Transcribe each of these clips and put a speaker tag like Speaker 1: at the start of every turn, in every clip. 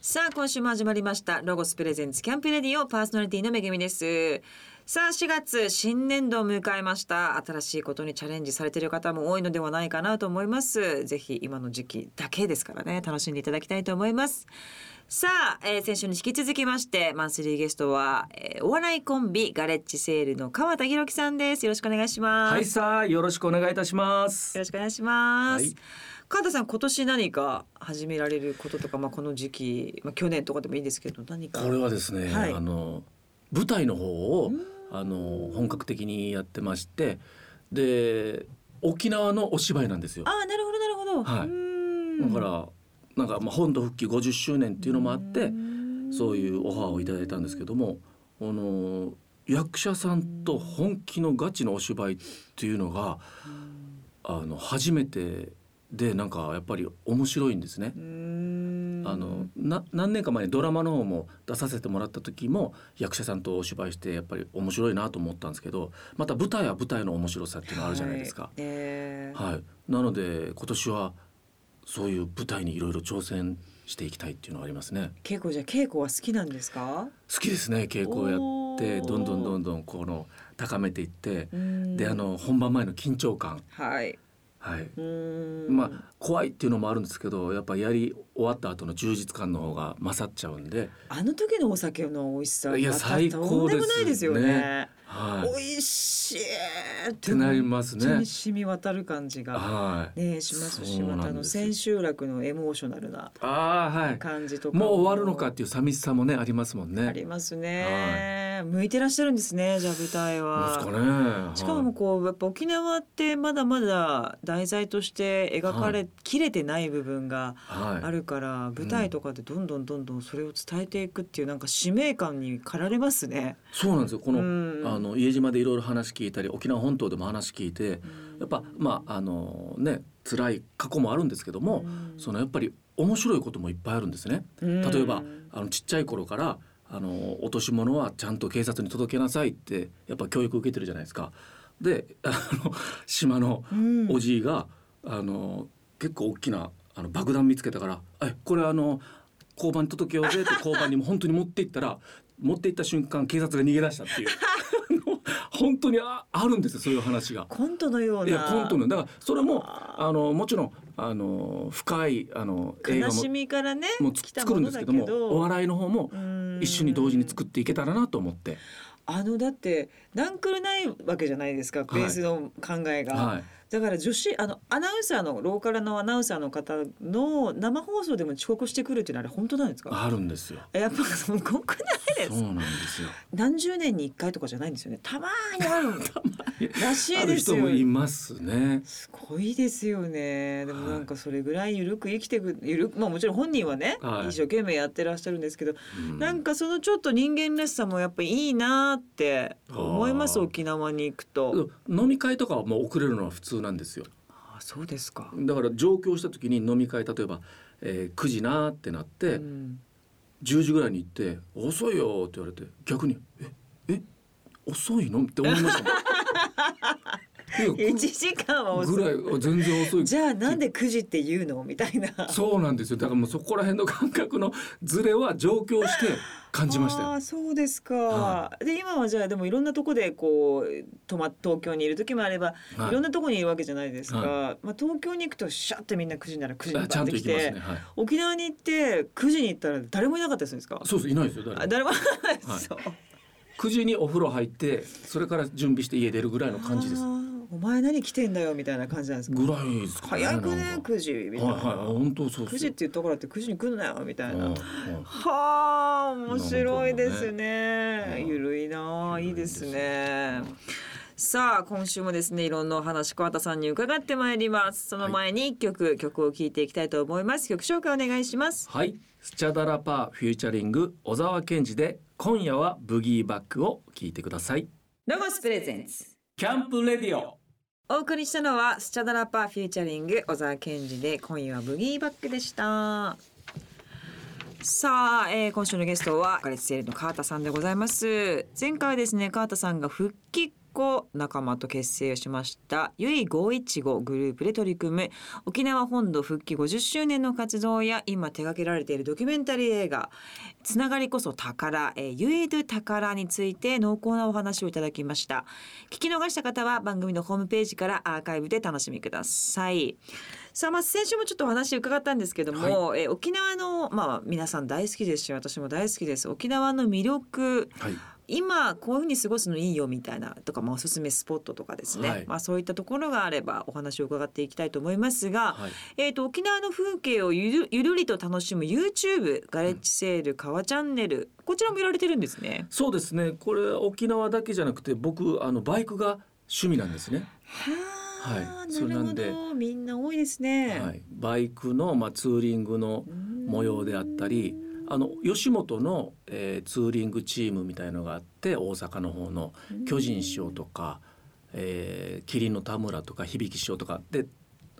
Speaker 1: さあ、今週も始まりました。ロゴスプレゼンツキャンプレディオパーソナリティのめぐみです。さあ、4月、新年度を迎えました。新しいことにチャレンジされている方も多いのではないかなと思います。ぜひ、今の時期だけですからね、楽しんでいただきたいと思います。さあ、えー先週に引き続きまして、マンスリーゲストは、えーお笑いコンビ、ガレッジセールの川田裕樹さんです。よろしくお願いします。
Speaker 2: はいさあよろしくお願いいたします
Speaker 1: よろ。しくお願いします。
Speaker 2: はい
Speaker 1: 川田さん今年何か始められることとか、まあこの時期、まあ去年とかでもいいですけど何か。
Speaker 2: これはですね、
Speaker 1: はい
Speaker 2: あの舞台の方をあの本格的にやってまして、で沖縄のお芝居なんですよ。
Speaker 1: ああなるほどなるほど。
Speaker 2: はいう
Speaker 1: ー
Speaker 2: だ
Speaker 1: ん
Speaker 2: からなんかまあ本土復帰50周年っていうのもあって、そういうオファーをいただいたんですけども、あの役者さんと本気のガチのお芝居っていうのがあの初めてでなんかやっぱり面白いんですね。
Speaker 1: うーん
Speaker 2: あのな何年か前にドラマの方も出させてもらった時も役者さんとお芝居してやっぱり面白いなと思ったんですけどまた舞台は舞台の面白さっていうのあるじゃないです
Speaker 1: は
Speaker 2: か。
Speaker 1: えー
Speaker 2: はいなので今年はそういう舞台にいろいろ挑戦していきたいっていうのはありますね。
Speaker 1: 稽古じゃ稽古は好きなんですか。
Speaker 2: 好きですね稽古をやって
Speaker 1: おー
Speaker 2: どんどんどんどんこの高めていって
Speaker 1: うーん
Speaker 2: であの本番前の緊張感
Speaker 1: はい。
Speaker 2: はいう
Speaker 1: ーん
Speaker 2: まあ怖いっていうのもあるんですけどやっぱやり終わった後の充実感の方が勝っちゃうんで。
Speaker 1: あの時のお酒の美味しさ
Speaker 2: いや
Speaker 1: また
Speaker 2: 最
Speaker 1: とん
Speaker 2: 高
Speaker 1: で
Speaker 2: で
Speaker 1: も
Speaker 2: す
Speaker 1: ないですよね
Speaker 2: ね。はい
Speaker 1: 美味しいっ
Speaker 2: ってなります
Speaker 1: 本当
Speaker 2: ね
Speaker 1: に。染み渡る感じが。
Speaker 2: はい。
Speaker 1: ねえしますし
Speaker 2: そうな
Speaker 1: ま
Speaker 2: んです
Speaker 1: たあの千秋楽のエモーショナルな
Speaker 2: ああはい。
Speaker 1: 感じとか
Speaker 2: もう終わるのかっていう寂しさもねありますもんね。
Speaker 1: ありますね、向いてらっしゃるんですねじゃあ舞台は
Speaker 2: ですかね。はい
Speaker 1: しかもこうやっぱ沖縄ってまだまだ題材として描かれ、
Speaker 2: は
Speaker 1: きれてない部分が
Speaker 2: はい。
Speaker 1: あるから、舞台とかでどんどんどんどんそれを伝えていくっていうなんか使命感に駆られますね。
Speaker 2: そうなんですよ。この、
Speaker 1: うん
Speaker 2: あの家島でいろいろ話聞いたり、沖縄本島でも話聞いて、やっぱまああのね辛い過去もあるんですけども、そのやっぱり面白いこともいっぱいあるんですね。
Speaker 1: うん
Speaker 2: 例えばあのちっちゃい頃からあの落とし物はちゃんと警察に届けなさいってやっぱ教育受けてるじゃないですか。であの 島の
Speaker 1: うん
Speaker 2: おじいが、あの結構大きなあの爆弾見つけたから「えこれあの交番に届けよう ぜ」って交番にも本当に持って行ったら持って行った瞬間警察が逃げ出し たっていうあの本当にああるんですよそういう話が。
Speaker 1: コントのようない
Speaker 2: やコントのだからそれも
Speaker 1: あ
Speaker 2: あのもちろんあの深いあの映画
Speaker 1: 悲
Speaker 2: も
Speaker 1: しみからね
Speaker 2: も
Speaker 1: 来
Speaker 2: つ
Speaker 1: たも
Speaker 2: 作るん
Speaker 1: の
Speaker 2: です
Speaker 1: だ
Speaker 2: け
Speaker 1: け
Speaker 2: ど
Speaker 1: ど
Speaker 2: もお笑いの方も一緒に同時に
Speaker 1: うん
Speaker 2: 作っていけたらなと思って。
Speaker 1: あのだってダンクルないわけじゃないですか
Speaker 2: はい
Speaker 1: ベースの考えが、
Speaker 2: はい
Speaker 1: だから女子あのアナウンサーのローカルのアナウンサーの方の生放送でも遅刻してくるっていうのはあれ本当なんですか
Speaker 2: あるんですよ。
Speaker 1: やっぱそのごくないで
Speaker 2: そう
Speaker 1: す
Speaker 2: なんですよ。
Speaker 1: 何十年に一回とかじゃないんですよねたまーにあ るらし
Speaker 2: あ
Speaker 1: い
Speaker 2: る
Speaker 1: です
Speaker 2: 人
Speaker 1: よ
Speaker 2: もいますね。
Speaker 1: すごいですよねでも
Speaker 2: はい
Speaker 1: なんかそれぐらい緩く生きてくゆるまあもちろん本人はね、
Speaker 2: はい
Speaker 1: 一生懸命やってらっしゃるんですけど
Speaker 2: うん
Speaker 1: なんかそのちょっと人間らしさもやっぱいいなって思います
Speaker 2: あー
Speaker 1: 沖縄に行くと。
Speaker 2: 飲み会とかはもう遅れるのは普通なんですよ
Speaker 1: あそうですか。
Speaker 2: だから上京した時に飲み会例えば、えー9時なーってなって、
Speaker 1: うん
Speaker 2: 10時ぐらいに行って「遅いよ」って言われて逆に「ええ遅いの?」って思いましたもん いや
Speaker 1: 一時間は遅
Speaker 2: ぐら
Speaker 1: い。
Speaker 2: い全然遅い
Speaker 1: じゃあなんで9時って言うのみたいな。
Speaker 2: そうなんですよだからもうそこら辺の感覚のズレは上京して感じました
Speaker 1: あ
Speaker 2: よ
Speaker 1: ーそうですか。
Speaker 2: は
Speaker 1: で今はじゃあでもいろんなとこでこう泊ま東京にいる時もあれば、、
Speaker 2: はいい
Speaker 1: ろんなとこにいるわけじゃないですか。
Speaker 2: は
Speaker 1: まあ東京に行くとシャってみんな9時なら9時にバ
Speaker 2: あちゃ
Speaker 1: ッ
Speaker 2: ん
Speaker 1: て
Speaker 2: と
Speaker 1: 来
Speaker 2: 行きます
Speaker 1: て、
Speaker 2: ねはい
Speaker 1: 沖縄に行って9時に行ったら誰もいなかったりするんですか。
Speaker 2: そうですいないですよ
Speaker 1: あ
Speaker 2: 誰も
Speaker 1: 誰も、
Speaker 2: は い
Speaker 1: そう。
Speaker 2: 9時にお風呂入ってそれから準備して家出るぐらいの感じです
Speaker 1: あーお前何来てんだよみたいな感じなんですか。
Speaker 2: ぐらいですかね
Speaker 1: 早く
Speaker 2: な
Speaker 1: ね
Speaker 2: んか
Speaker 1: 9時みたいな。
Speaker 2: はいはい本当そう
Speaker 1: 9
Speaker 2: です
Speaker 1: 時っ
Speaker 2: よ
Speaker 1: て言ったからって9時に来んなよみたいな。
Speaker 2: うんうん
Speaker 1: はあ面白いです
Speaker 2: なるほど
Speaker 1: ね。
Speaker 2: ね
Speaker 1: ゆるいなあいいですね。さあ今週もですねいろんなお話桑田さんに伺ってまいります。その前に一曲、曲を聴いていきたいと思います。曲紹介お願いします。
Speaker 2: はいスチャダラパーフューチャリング小沢健二で今夜はブギーバックを聞いてください
Speaker 1: ロゴスプレゼンツ。
Speaker 2: キャンプレディオ
Speaker 1: お送りしたのはスチャダラパーフューチャリング小沢健二で今夜はブギーバックでしたさあ、えー今週のゲストはガレッジセールの川田さんでございます前回はですね川田さんが復帰子仲間と結成をしましたゆい515グループで取り組む沖縄本土復帰50周年の活動や今手掛けられているドキュメンタリー映画「つながりこそ宝」えー「ゆえる宝」について濃厚なお話をいただきました聞き逃した方は番組のホームページからアーカイブで楽しみくださいさあまず先週もちょっとお話伺ったんですけども、えー沖縄の、まあ、皆さん大好きですし私も大好きです沖縄の魅力
Speaker 2: はい
Speaker 1: 今こういうふうに過ごすのいいよみたいなとか、まあ、おすすめスポットとかですね、
Speaker 2: はい
Speaker 1: まあ、そういったところがあればお話を伺っていきたいと思いますが、
Speaker 2: はい
Speaker 1: えー、と沖縄の風景をゆるゆるりと楽しむ YouTube ガレッジセール川チャンネルこちらもやられてるんですね。
Speaker 2: そうですねこれ沖縄だけじゃなくて僕あのバイクが趣味なんですね、
Speaker 1: は
Speaker 2: あはいなるほどそれなんで
Speaker 1: みんな多いですね
Speaker 2: はい、バイクの、まあ、ツーリングの模様であったりあの吉本の、えーツーリングチームみたいのがあって大阪の方の巨人師匠とか、えー、麒麟の田村とか響師匠とかで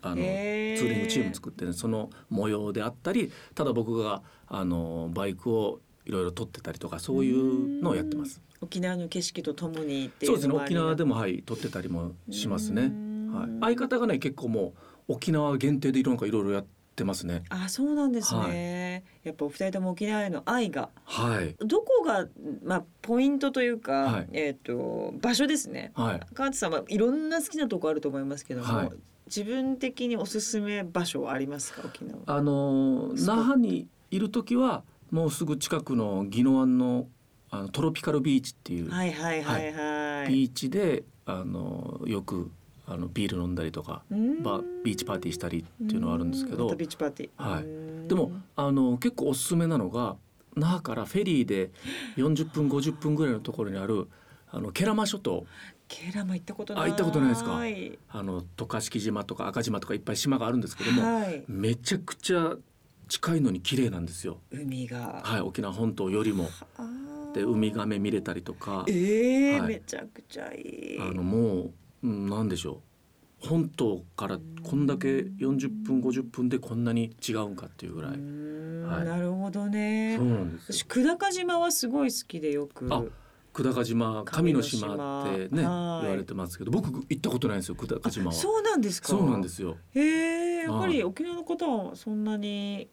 Speaker 2: あの、
Speaker 1: へー
Speaker 2: ツーリングチーム作ってるその模様であったりただ僕があのバイクをいろいろ撮ってたりとかそういうのをやってます。
Speaker 1: 沖縄の景色とともにってい
Speaker 2: そううです
Speaker 1: の
Speaker 2: ね
Speaker 1: もあ
Speaker 2: 沖
Speaker 1: り
Speaker 2: 縄でもはい撮ってたりもしますね。はい、相方がね結構もう沖縄限定でいろんかいろいろやってますね。
Speaker 1: あそうなんですね、やっぱお二人とも沖縄への愛が
Speaker 2: はい
Speaker 1: どこが、まあ、ポイントというか、
Speaker 2: はい
Speaker 1: えっ、と場所ですね。
Speaker 2: はい。
Speaker 1: 川内さんはいろんな好きなとこあると思いますけども、
Speaker 2: はい
Speaker 1: 自分的におすすめ場所はありますか沖縄。
Speaker 2: あの
Speaker 1: スポッ
Speaker 2: 那覇にいる時はもうすぐ近くの宜野湾のあのトロピカルビーチっていう
Speaker 1: はいはいはいはい。
Speaker 2: ビーチで、あのよくあのビール飲んだりとか
Speaker 1: うん
Speaker 2: バービーチパーティーしたりっていうのはあるんですけ
Speaker 1: う
Speaker 2: ど
Speaker 1: またビーチパーティー。
Speaker 2: はい
Speaker 1: い
Speaker 2: でもあの結構おすすめなのが那覇からフェリーで40分50分ぐらいのところにあるあのケラマ諸島
Speaker 1: ケラマ行ったことない。
Speaker 2: あ行ったことないですか
Speaker 1: はい。
Speaker 2: あの渡嘉敷島とか赤島とかいっぱい島があるんですけども
Speaker 1: はい
Speaker 2: めちゃくちゃ近いのに綺麗なんですよ。
Speaker 1: 海が。
Speaker 2: はい、沖縄本島よりも
Speaker 1: あー
Speaker 2: でウミガメ見れたりとか
Speaker 1: ええ
Speaker 2: はい
Speaker 1: めちゃくちゃいい。
Speaker 2: あのもううんなんでしょう本島からこんだけ40分50分でこんなに違うんかっていうぐら
Speaker 1: う
Speaker 2: い
Speaker 1: ん
Speaker 2: はい
Speaker 1: なるほどね
Speaker 2: そう。なんです
Speaker 1: 私
Speaker 2: よ
Speaker 1: 久高島はすごい好きでよく。
Speaker 2: あ久高島神の島ってね
Speaker 1: 神の
Speaker 2: 言
Speaker 1: 島
Speaker 2: われてますけど僕行ったことないんですよ久高島は
Speaker 1: そうなんですか。
Speaker 2: そうなんで。すよ
Speaker 1: へえ、やっぱ
Speaker 2: は
Speaker 1: り
Speaker 2: い
Speaker 1: 沖縄の方はそんなに。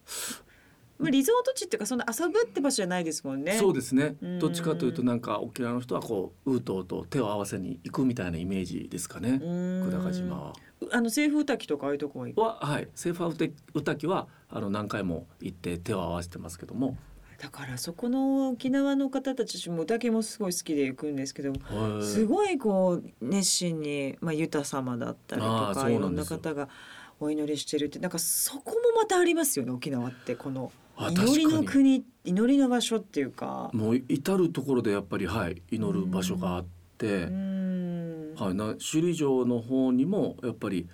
Speaker 1: まあ、リゾート地っていうか、そんな遊ぶって場所じゃないですもんね。
Speaker 2: そう
Speaker 1: で
Speaker 2: ですね
Speaker 1: うん
Speaker 2: どっちかというとなんか沖縄の人はこうウートウと手を合わせに行くみたいなイメージですかね久高島は。
Speaker 1: あの西風滝とかああいうとこは行く。
Speaker 2: ははい、セーフハウテ歌きはあの何回も行って手を合わせてますけども、
Speaker 1: だから、そこの沖縄の方たちも、歌もすごい好きで行くんですけど。
Speaker 2: はい
Speaker 1: すごいこう熱心に、まあ、ユタ様だったりと
Speaker 2: あー
Speaker 1: か
Speaker 2: そ
Speaker 1: いう
Speaker 2: な
Speaker 1: ろん
Speaker 2: んで
Speaker 1: な
Speaker 2: すよ
Speaker 1: 方がお祈りしてるってなんかそこもまたありますよね沖縄ってこの
Speaker 2: あ
Speaker 1: 祈りの
Speaker 2: 確かに
Speaker 1: 国祈りの場所っていうか。
Speaker 2: もう至る所でやっぱりはい祈る場所があって
Speaker 1: う、ん
Speaker 2: はい、な首里城の方にもやっぱり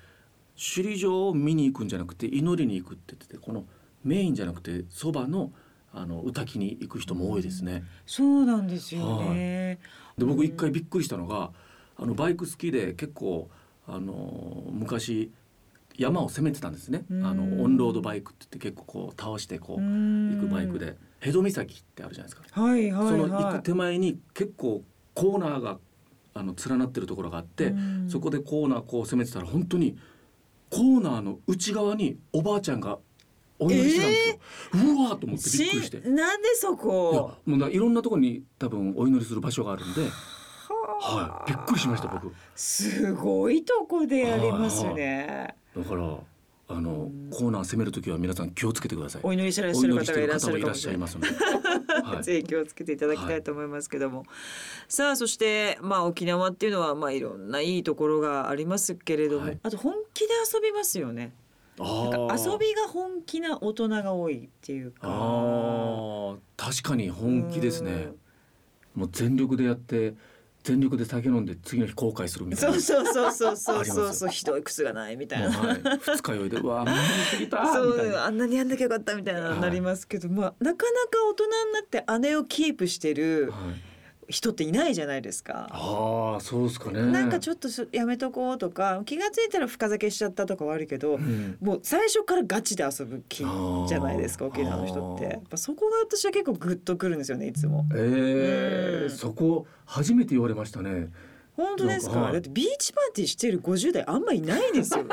Speaker 2: 首里城を見に行くんじゃなくて祈りに行くって言っててこのメインじゃなくてそばのあの歌きに行く人も多いですね。
Speaker 1: そうなんですよね。
Speaker 2: で僕一回びっくりしたのがあのバイク好きで結構あの昔山を攻めてたんですね、
Speaker 1: うん
Speaker 2: あのオンロードバイクって言って結構こう倒してこう行
Speaker 1: 行
Speaker 2: くバイク。でヘド岬ってあるじゃないですか、
Speaker 1: はいはいはい。
Speaker 2: その行く手前に結構コーナーがあの連なってるところがあって、
Speaker 1: うん
Speaker 2: そこでコーナーこう攻めてたら本当にコーナーの内側におばあちゃんがお祈りしてたんですよ、うわーと思ってびっくりして。
Speaker 1: しなんでそ
Speaker 2: いや
Speaker 1: こ
Speaker 2: も。うないろんなところに多分お祈りする場所があるんで。
Speaker 1: は
Speaker 2: は
Speaker 1: あ
Speaker 2: い、びっくりしました。僕
Speaker 1: すごいとこでやりますね。
Speaker 2: だからあのコーナー攻めるときは皆さん気をつけてください。
Speaker 1: お祈りしてらっ
Speaker 2: お
Speaker 1: しゃる
Speaker 2: 祈り
Speaker 1: 方
Speaker 2: し
Speaker 1: が
Speaker 2: て
Speaker 1: い
Speaker 2: る
Speaker 1: らっし
Speaker 2: 方
Speaker 1: ゃ
Speaker 2: も
Speaker 1: る
Speaker 2: い
Speaker 1: からも
Speaker 2: っ
Speaker 1: しれ
Speaker 2: しゃ
Speaker 1: ない
Speaker 2: い。ますので、はい、
Speaker 1: ぜひ気をつけていただきたいと思いますけども、さあそしてまあ沖縄っていうのはまあいろんないいところがありますけれども、
Speaker 2: はい
Speaker 1: あと本気で遊びますよねなんか
Speaker 2: あ
Speaker 1: 遊びが本気な大人が多いっていうか
Speaker 2: あー確かに本気ですね。もう全力でやって全力で酒飲んで次の日後悔する
Speaker 1: うん
Speaker 2: みたい
Speaker 1: そ
Speaker 2: な。
Speaker 1: うそうそうそうそう
Speaker 2: あり
Speaker 1: そう
Speaker 2: ます
Speaker 1: そうひどい靴がないみたい
Speaker 2: もう
Speaker 1: な。
Speaker 2: はい、二日酔 いでうわあ飲みすぎた
Speaker 1: そ
Speaker 2: みたいうな。
Speaker 1: あんなにやんなきゃよかったみたいな
Speaker 2: はい
Speaker 1: なりますけど、まあなかなか大人になって姉をキープしてる
Speaker 2: はい、
Speaker 1: 人っていないじゃないですか。
Speaker 2: ああそうですかね。
Speaker 1: なんかち
Speaker 2: ょ
Speaker 1: ょ
Speaker 2: っ
Speaker 1: っとそやめとこうとか気がついたら深酒しちゃったとかはあるけど、
Speaker 2: うん、
Speaker 1: もう最初からガチで遊ぶ気
Speaker 2: あー
Speaker 1: じゃないですか沖縄の人って
Speaker 2: あー
Speaker 1: やっぱそこが私は結構グッとくるんですよねいつも。
Speaker 2: ええ
Speaker 1: うん
Speaker 2: そこ初めて言われましたね。
Speaker 1: 本当ですか、
Speaker 2: はい
Speaker 1: だってビーチパーティーしている50代あんまいないですよ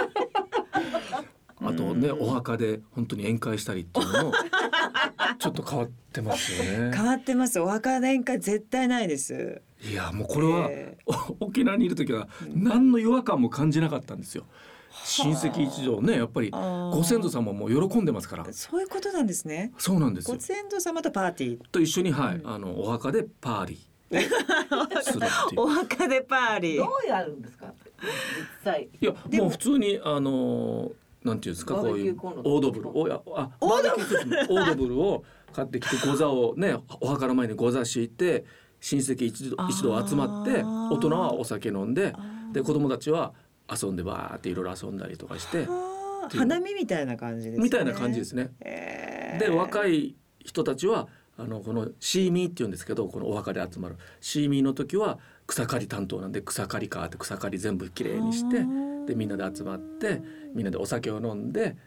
Speaker 2: あとね
Speaker 1: うん
Speaker 2: お墓で本当に宴会したりっていうの もちょっと変わってますよね
Speaker 1: 変わってますお墓年会絶対ないです
Speaker 2: いやもうこれは、
Speaker 1: え
Speaker 2: お 沖縄にいる時は何の違和感も感じなかったんですよ親戚一同ねやっぱり
Speaker 1: あー
Speaker 2: ご先祖様も喜んでますから
Speaker 1: そういうことなんですね
Speaker 2: そうなんですよ
Speaker 1: ご先祖様とパーティー
Speaker 2: と一緒にはい、
Speaker 1: うん
Speaker 2: あのお墓でパーリ ーするっていう
Speaker 1: お墓でパーリー
Speaker 3: どうやるんですか。実際。
Speaker 2: いやもう普通にあのなんていうんですか
Speaker 3: バー
Speaker 2: こう
Speaker 3: ベキ
Speaker 2: い
Speaker 3: ュ
Speaker 2: う
Speaker 3: ーコンロ
Speaker 2: オードブルをやあオードブルオードブルを買ってきてご座をねお墓の前にご座敷いて親戚一
Speaker 1: あ
Speaker 2: 度
Speaker 1: ー
Speaker 2: 一度集まって大人はお酒飲んで
Speaker 1: あー
Speaker 2: で子供たちは遊んでバーっていろいろ遊んだりとかして
Speaker 1: あ
Speaker 2: っ
Speaker 1: ー
Speaker 2: ていう
Speaker 1: 花見みたいな感じですね
Speaker 2: みたいな感じですね。
Speaker 1: えー
Speaker 2: で若い人たちはあのこのシーミーって言うんですけどこのお墓で集まるシーミーの時は草刈り担当なんで草刈りかって草刈り全部きれいにして
Speaker 1: あー
Speaker 2: でみんなで集まってみんなでお酒を飲んで、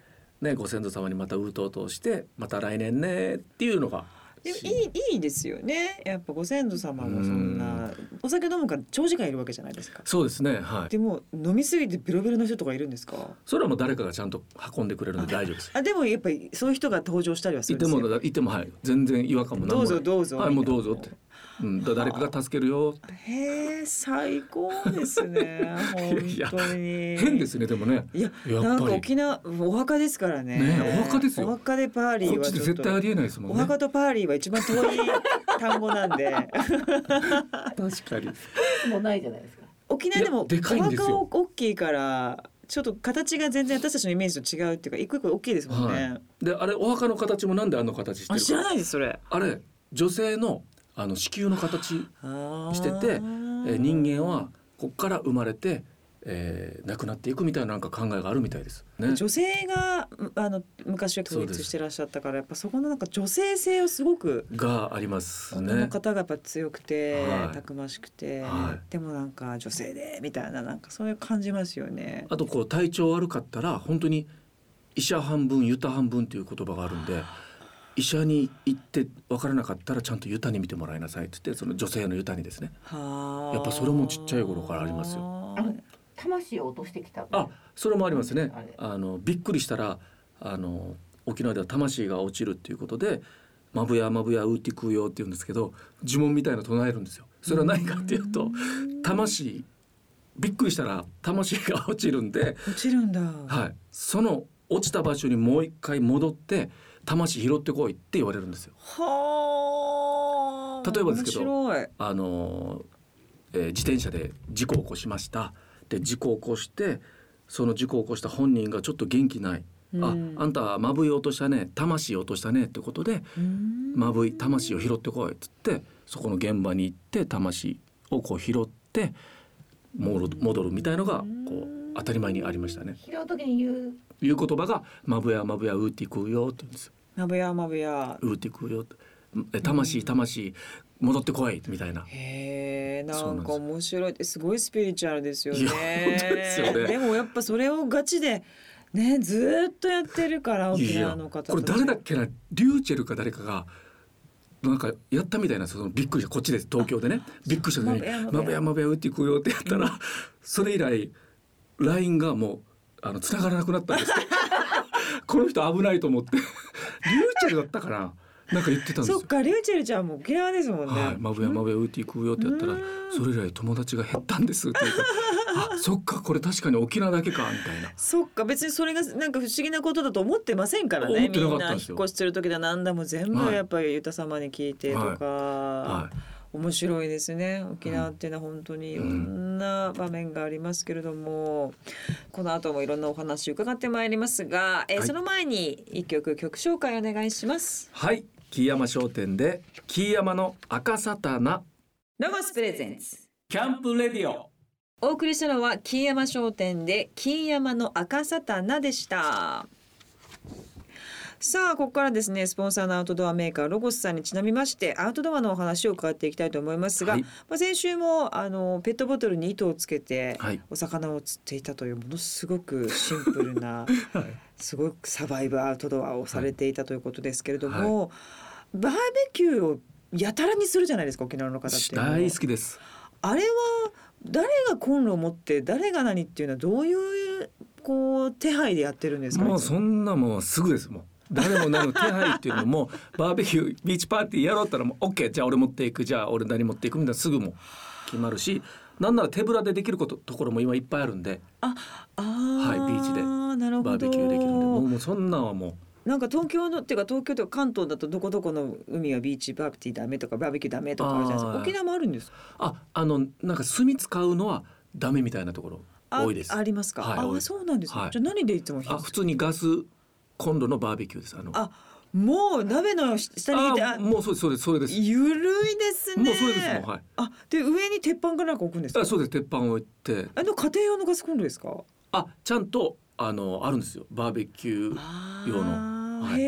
Speaker 2: ね、ご先祖様にまたうとうとしてまた来年ねっていうのが
Speaker 1: でもいいいいですよねやっぱご先祖様もそんなお酒飲むから長時間いるわけじゃないですか
Speaker 2: そうですねはい
Speaker 1: でも飲みすぎてベロベロの人とかいるんですか
Speaker 2: それはもう誰かがちゃんと運んでくれるので大丈夫です。
Speaker 1: あでもやっぱり そういう人が登場したりはする
Speaker 2: い
Speaker 1: ん
Speaker 2: て
Speaker 1: です
Speaker 2: も
Speaker 1: よ
Speaker 2: いてもはい全然違和感も何もない
Speaker 1: どうぞどうぞ
Speaker 2: はいもうどうぞ
Speaker 1: み
Speaker 2: った
Speaker 1: い
Speaker 2: て
Speaker 1: な、
Speaker 2: うん、だ誰かが助けるよ
Speaker 1: へえ最高ですね本
Speaker 2: いや
Speaker 1: 当に
Speaker 2: 変ですねでもね
Speaker 1: いや
Speaker 2: やっぱり
Speaker 1: なんか沖縄お墓ですからね
Speaker 2: ねお墓ですよ
Speaker 1: お墓でパーリ
Speaker 2: こ
Speaker 1: ー
Speaker 2: っ
Speaker 1: は
Speaker 2: ちで
Speaker 1: ちょっ
Speaker 2: 絶対あ
Speaker 1: と
Speaker 2: りえないですも
Speaker 1: お
Speaker 2: んね
Speaker 1: 墓とパーリーは一番遠い単語なんで
Speaker 2: 確かに
Speaker 3: もうないじゃないですか。
Speaker 1: 沖縄でも
Speaker 2: いやでかいんですよ
Speaker 1: お墓大きいからちょっと形が全然私たちのイメージと違うっていうか一個一個大きいですもんね、
Speaker 2: はい、であれお墓の形もなんであの形して
Speaker 1: あ
Speaker 2: る
Speaker 1: 知ら
Speaker 2: か
Speaker 1: ないですそれ
Speaker 2: あれ女性のあの子宮の形、して
Speaker 1: え
Speaker 2: てえー人間はこっから生まれて、えー亡くなっていくみたいななんか考えがあるみたいですね。
Speaker 1: 女性がむあの昔は統一してらっしゃったからやっぱそこのなんか女性性をすごく
Speaker 2: があります
Speaker 1: 女の
Speaker 2: ね。
Speaker 1: 方がやっぱ強くて、
Speaker 2: はい
Speaker 1: たくましくて、
Speaker 2: は
Speaker 1: でもなんか女性でみたいななんかそういう感じますよね。
Speaker 2: あとこう体調悪かったら本当に医者半分ユタ半分っていう言葉があるんで。医者に行って分からなかったらちゃんとユタに見てもらいなさいって言ってその女性のユタにですね
Speaker 1: はあ
Speaker 2: やっぱそれもちっちゃい頃からありますよ
Speaker 3: あの魂を落としてきた。
Speaker 2: あ、それもありますね
Speaker 3: あれ。
Speaker 2: あのびっくりしたらあの沖縄では魂が落ちるっていうことで。まぶやまぶやうーてくうよって言うんですけど呪文みたいなの唱えるんですよそれは何かっていうと魂びっくりしたら魂が落ちるんで、
Speaker 1: 落ちるんだ。
Speaker 2: はい、その落ちた場所にもう一回戻って魂拾ってこいって言われるんですよ
Speaker 1: はあ。
Speaker 2: 例えばですけど
Speaker 1: 面白い。
Speaker 2: あの、えー自転車で事故を起こしましたで事故を起こしてその事故を起こした本人がちょっと元気ない、
Speaker 1: うん
Speaker 2: ああんたまぶい落としたね魂落としたねってことで
Speaker 1: うん
Speaker 2: まぶい魂を拾ってこいっつってそこの現場に行って魂をこう拾って戻る戻るみたいのがこう当たり前にありましたね。
Speaker 3: 拾う時に言う。
Speaker 2: いう言葉が「まぶやまぶやうーていくうよ」って言うんですよ。
Speaker 1: まぶやまぶや。
Speaker 2: うーていくうよってえ魂魂戻ってこいみたいな。
Speaker 1: へえ、な
Speaker 2: そうなんん
Speaker 1: か
Speaker 2: です
Speaker 1: 面白いですごいスピリチュアルですよね。
Speaker 2: いや本当ですよね
Speaker 1: でもやっぱそれをガチでねずーっとやってるから沖縄の方たち。
Speaker 2: これ誰だっけなリューチェルか誰かがなんかやったみたいなんですよそのびっくりしたこっちです東京でねびっくりした時に
Speaker 1: ま
Speaker 2: 「ま
Speaker 1: ぶ
Speaker 2: ぶ
Speaker 1: や
Speaker 2: やまぶやうっていくよ」ってやったらそれ以来 LINE がもうあの繋がらなくなったんですよこの人危ないと思ってリューチェルだったかななんか言ってたんです
Speaker 1: そ
Speaker 2: よ
Speaker 1: っ。かリューチェルちゃんも沖縄ですもんね。
Speaker 2: はい、まぶやまぶやうっていくよってやったら
Speaker 1: うん
Speaker 2: それ以来友達が減ったんですって言うからあそっかこれ確かに沖縄だけかみたいな
Speaker 1: そっか別にそれがなんか不思議なことだと思ってませんからね
Speaker 2: 思って
Speaker 1: み
Speaker 2: なか
Speaker 1: ん
Speaker 2: った
Speaker 1: なん引っ
Speaker 2: ですよ
Speaker 1: 越しする時だなんだも全部
Speaker 2: はい
Speaker 1: やっぱりゆた様に聞いてとか、
Speaker 2: は
Speaker 1: 面白いですね沖縄っていうのは本当にいろんな場面がありますけれども、この後もいろんなお話伺ってまいりますが、えー
Speaker 2: はい
Speaker 1: その前に一曲曲紹介お願いします。
Speaker 2: はい、木山商店で木山の赤サタナ
Speaker 1: ロゴスプレゼンツ
Speaker 2: キャンプレディオ。
Speaker 1: お送りしたのは金山商店で金山の赤サタナでしたさあここからですねスポンサーのアウトドアメーカーロゴスさんにちなみましてアウトドアのお話を伺っていきたいと思いますが、
Speaker 2: はい
Speaker 1: まあ、先週もあのペットボトルに糸をつけて
Speaker 2: はい
Speaker 1: お魚を釣っていたというものすごくシンプル な、すごくサバイブアウトドアをされていたということですけれども、バーベキューをやたらにするじゃないですか沖縄の方って。
Speaker 2: 大好きです。
Speaker 1: あれは誰がコンロを持って誰が何っていうのはどういうこう手配でやってるんですか。
Speaker 2: もう
Speaker 1: いつ
Speaker 2: そんなもうすぐですもう誰も何も手配っていうのもバーベキュービーチパーティーやろうったらもう OK じゃあ俺持っていくじゃあ俺何持っていくみたいなすぐもう決まるしなんなら手ぶらでできることところも今いっぱいあるんで
Speaker 1: あ、あー
Speaker 2: はいビーチで
Speaker 1: なるほど。
Speaker 2: バーベキューできるんでもうもうそんなんはも
Speaker 1: なんか東京のっていうか東京とか関東だとどこどこの海はビーチバーベキューダメとかバーベキューダメとかあるじゃないです
Speaker 2: あ
Speaker 1: か。
Speaker 2: ー
Speaker 1: 沖縄もあるんですか。
Speaker 2: うああのなんか炭使うのはダメみたいなところ
Speaker 1: あ
Speaker 2: 多いです
Speaker 1: ありますか。
Speaker 2: はい多
Speaker 1: あ、
Speaker 2: い
Speaker 1: そうなんですね。
Speaker 2: はい
Speaker 1: じゃあ何でいつも火
Speaker 2: あ
Speaker 1: をつ
Speaker 2: 普
Speaker 1: け。
Speaker 2: 通にガスコンロのバーベキューですあの
Speaker 1: あ、もう鍋の下にいて、
Speaker 2: あ
Speaker 1: あ、
Speaker 2: もうそうですそれそれです
Speaker 1: ゆるいですね。
Speaker 2: もうそれですもうはい
Speaker 1: あ、で上に鉄板かなんか置くんですか
Speaker 2: あ。そうです鉄板を置いて
Speaker 1: あの家庭用のガスコンロですか。
Speaker 2: あちゃんとあのあるんですよバーベキュー用
Speaker 1: あ
Speaker 2: の
Speaker 1: ー
Speaker 2: はい
Speaker 1: へ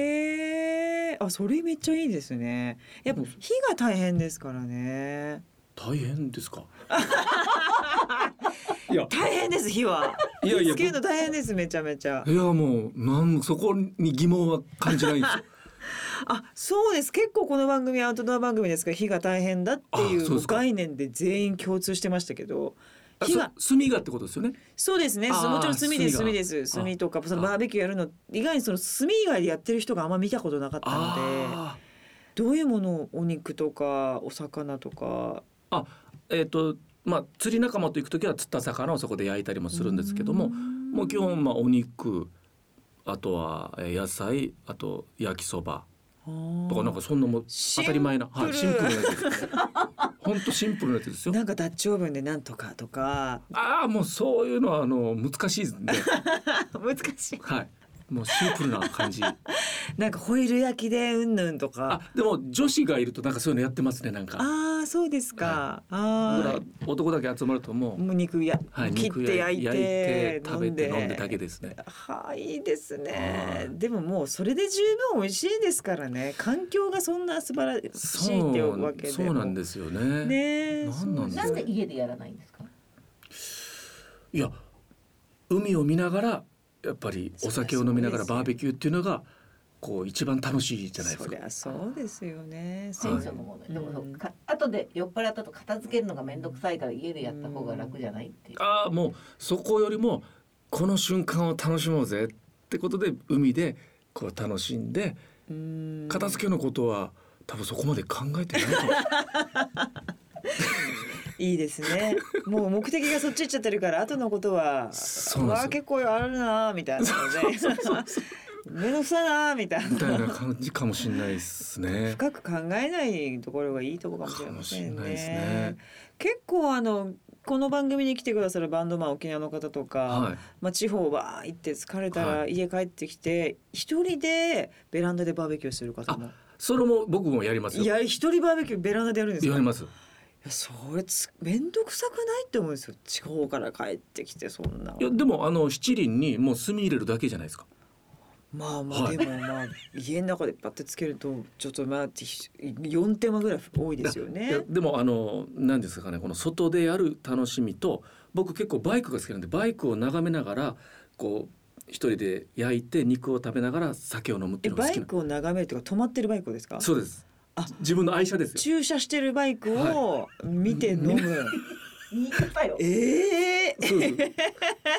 Speaker 1: え。あ、それめっちゃいいですね。やっぱ火が大変ですからね。
Speaker 2: 大変で すかいや
Speaker 1: 大変です火 は。
Speaker 2: いやい
Speaker 1: 火
Speaker 2: や
Speaker 1: つけるの大変ですめちゃめちゃ
Speaker 2: い。やもうなんそこに疑問は感じないんですよ
Speaker 1: あ、そうです。結構この番組アウトドア番組ですから火が大変だってい
Speaker 2: あ
Speaker 1: う
Speaker 2: そうですか
Speaker 1: 概念で全員共通してましたけど。
Speaker 2: あ
Speaker 1: 火が
Speaker 2: そ炭がってことですよね
Speaker 1: そうですね。
Speaker 2: あー
Speaker 1: もちろん炭です
Speaker 2: 炭
Speaker 1: 炭
Speaker 2: が
Speaker 1: です
Speaker 2: あ
Speaker 1: 炭とかそのバーベキューやるの以外にその炭以外でやってる人があんま見たことなかったので、
Speaker 2: あ
Speaker 1: どういうものをお肉とかお魚とか
Speaker 2: ーあえっ、とまあ釣り仲間と行く時は釣った魚をそこで焼いたりもするんですけどももう基本まあお肉あとはえー野菜あと焼きそばと
Speaker 1: と
Speaker 2: かなんかそんなもう
Speaker 1: シ
Speaker 2: 当
Speaker 1: ンプル
Speaker 2: たり前な、はい、シンプルなやつ です本当シンプルなやつですよ
Speaker 1: なんかダッチオーブンでなんとかとか
Speaker 2: ああもうそういうのはあの難しい んで、
Speaker 1: 難しい
Speaker 2: はい、もうシンプルな感じ。
Speaker 1: なんかホイル焼きでうんぬんとか
Speaker 2: あでも女子がいるとなんかそういうのやってますねなんか。
Speaker 1: ああそうですか、あ
Speaker 2: 僕
Speaker 1: あ
Speaker 2: ら男だけ集まるともう、
Speaker 1: もう肉や、
Speaker 2: はい、
Speaker 1: 切っ
Speaker 2: 肉
Speaker 1: て焼いて
Speaker 2: 焼いて食べて
Speaker 1: 飲んで
Speaker 2: 飲んでだけですね。
Speaker 1: はいいいですね
Speaker 2: はい
Speaker 1: でももうそれで十分美味しいですからね環境がそんな素晴らしいっていう
Speaker 2: そ
Speaker 1: わ
Speaker 2: う
Speaker 1: けで
Speaker 2: そうなん
Speaker 1: で
Speaker 2: ですよね。
Speaker 1: ねえ
Speaker 2: なんなんです
Speaker 3: なんで家でやらないんですか。
Speaker 2: いや海を見ながらやっぱりお酒を飲みながら
Speaker 1: そうですよ
Speaker 2: バーベキューっていうのがこう一番楽しいじゃないです
Speaker 1: そ
Speaker 2: か
Speaker 1: り。ゃそうですよね
Speaker 3: テ
Speaker 1: そう
Speaker 3: ン
Speaker 2: は
Speaker 3: シ
Speaker 2: い
Speaker 3: ョンの問題。
Speaker 1: うん
Speaker 3: でもそうか後で酔っ払ったと片付けるのが面倒くさいから家でやった方が楽じゃないっていう。
Speaker 2: ああもうそこよりもこの瞬間を楽しもうぜってことで海でこう楽しんで
Speaker 1: うん
Speaker 2: 片付けのことは多分そこまで考えてないかも
Speaker 1: いいですね。もう目的がそっち行っちゃってるから、後のことは。
Speaker 2: そうなんですよ
Speaker 1: わあ結構あるなあみたいなので。めんどくさいなあみたい
Speaker 2: み
Speaker 1: な。
Speaker 2: たいな感じかもしれないですね。
Speaker 1: 深く考えないところがいいとこかもしれません
Speaker 2: かもしれない
Speaker 1: ね。
Speaker 2: ですね
Speaker 1: 結構あの。この番組に来てくださるバンドマン沖縄の方とか、
Speaker 2: はい、
Speaker 1: まあ、地方は行って疲れたら
Speaker 2: は
Speaker 1: 家帰ってきて一人でベランダでバーベキューする方も
Speaker 2: それも僕もやります
Speaker 1: い
Speaker 2: よ。
Speaker 1: や一人バーベキューベランダでやるんです
Speaker 2: や
Speaker 1: か
Speaker 2: ります。
Speaker 1: いやそれつ面倒くさくないって思うんですよ地方から帰ってきてそんない
Speaker 2: やでもあの七輪にもう炭入れるだけじゃないですか。
Speaker 1: まあまあ
Speaker 2: はい
Speaker 1: でもまあ家の中でパッてつけるとちょっとまあひ4手間ぐらい多いですよ
Speaker 2: い
Speaker 1: ね
Speaker 2: やでもあの何ですかねこの外でやる楽しみと僕結構バイクが好きなんでバイクを眺めながらこう一人で焼いて肉を食べながら酒を飲むって
Speaker 1: え
Speaker 2: いうのが
Speaker 1: バ
Speaker 2: 好き
Speaker 1: イ
Speaker 2: な
Speaker 1: クを眺めるとか止まってるバイクをですか
Speaker 2: そうです
Speaker 1: あ
Speaker 2: 自分の愛車ですよ
Speaker 1: 駐車してるバイクを見て飲む、
Speaker 3: 言い方よ。
Speaker 1: ええ
Speaker 2: そうです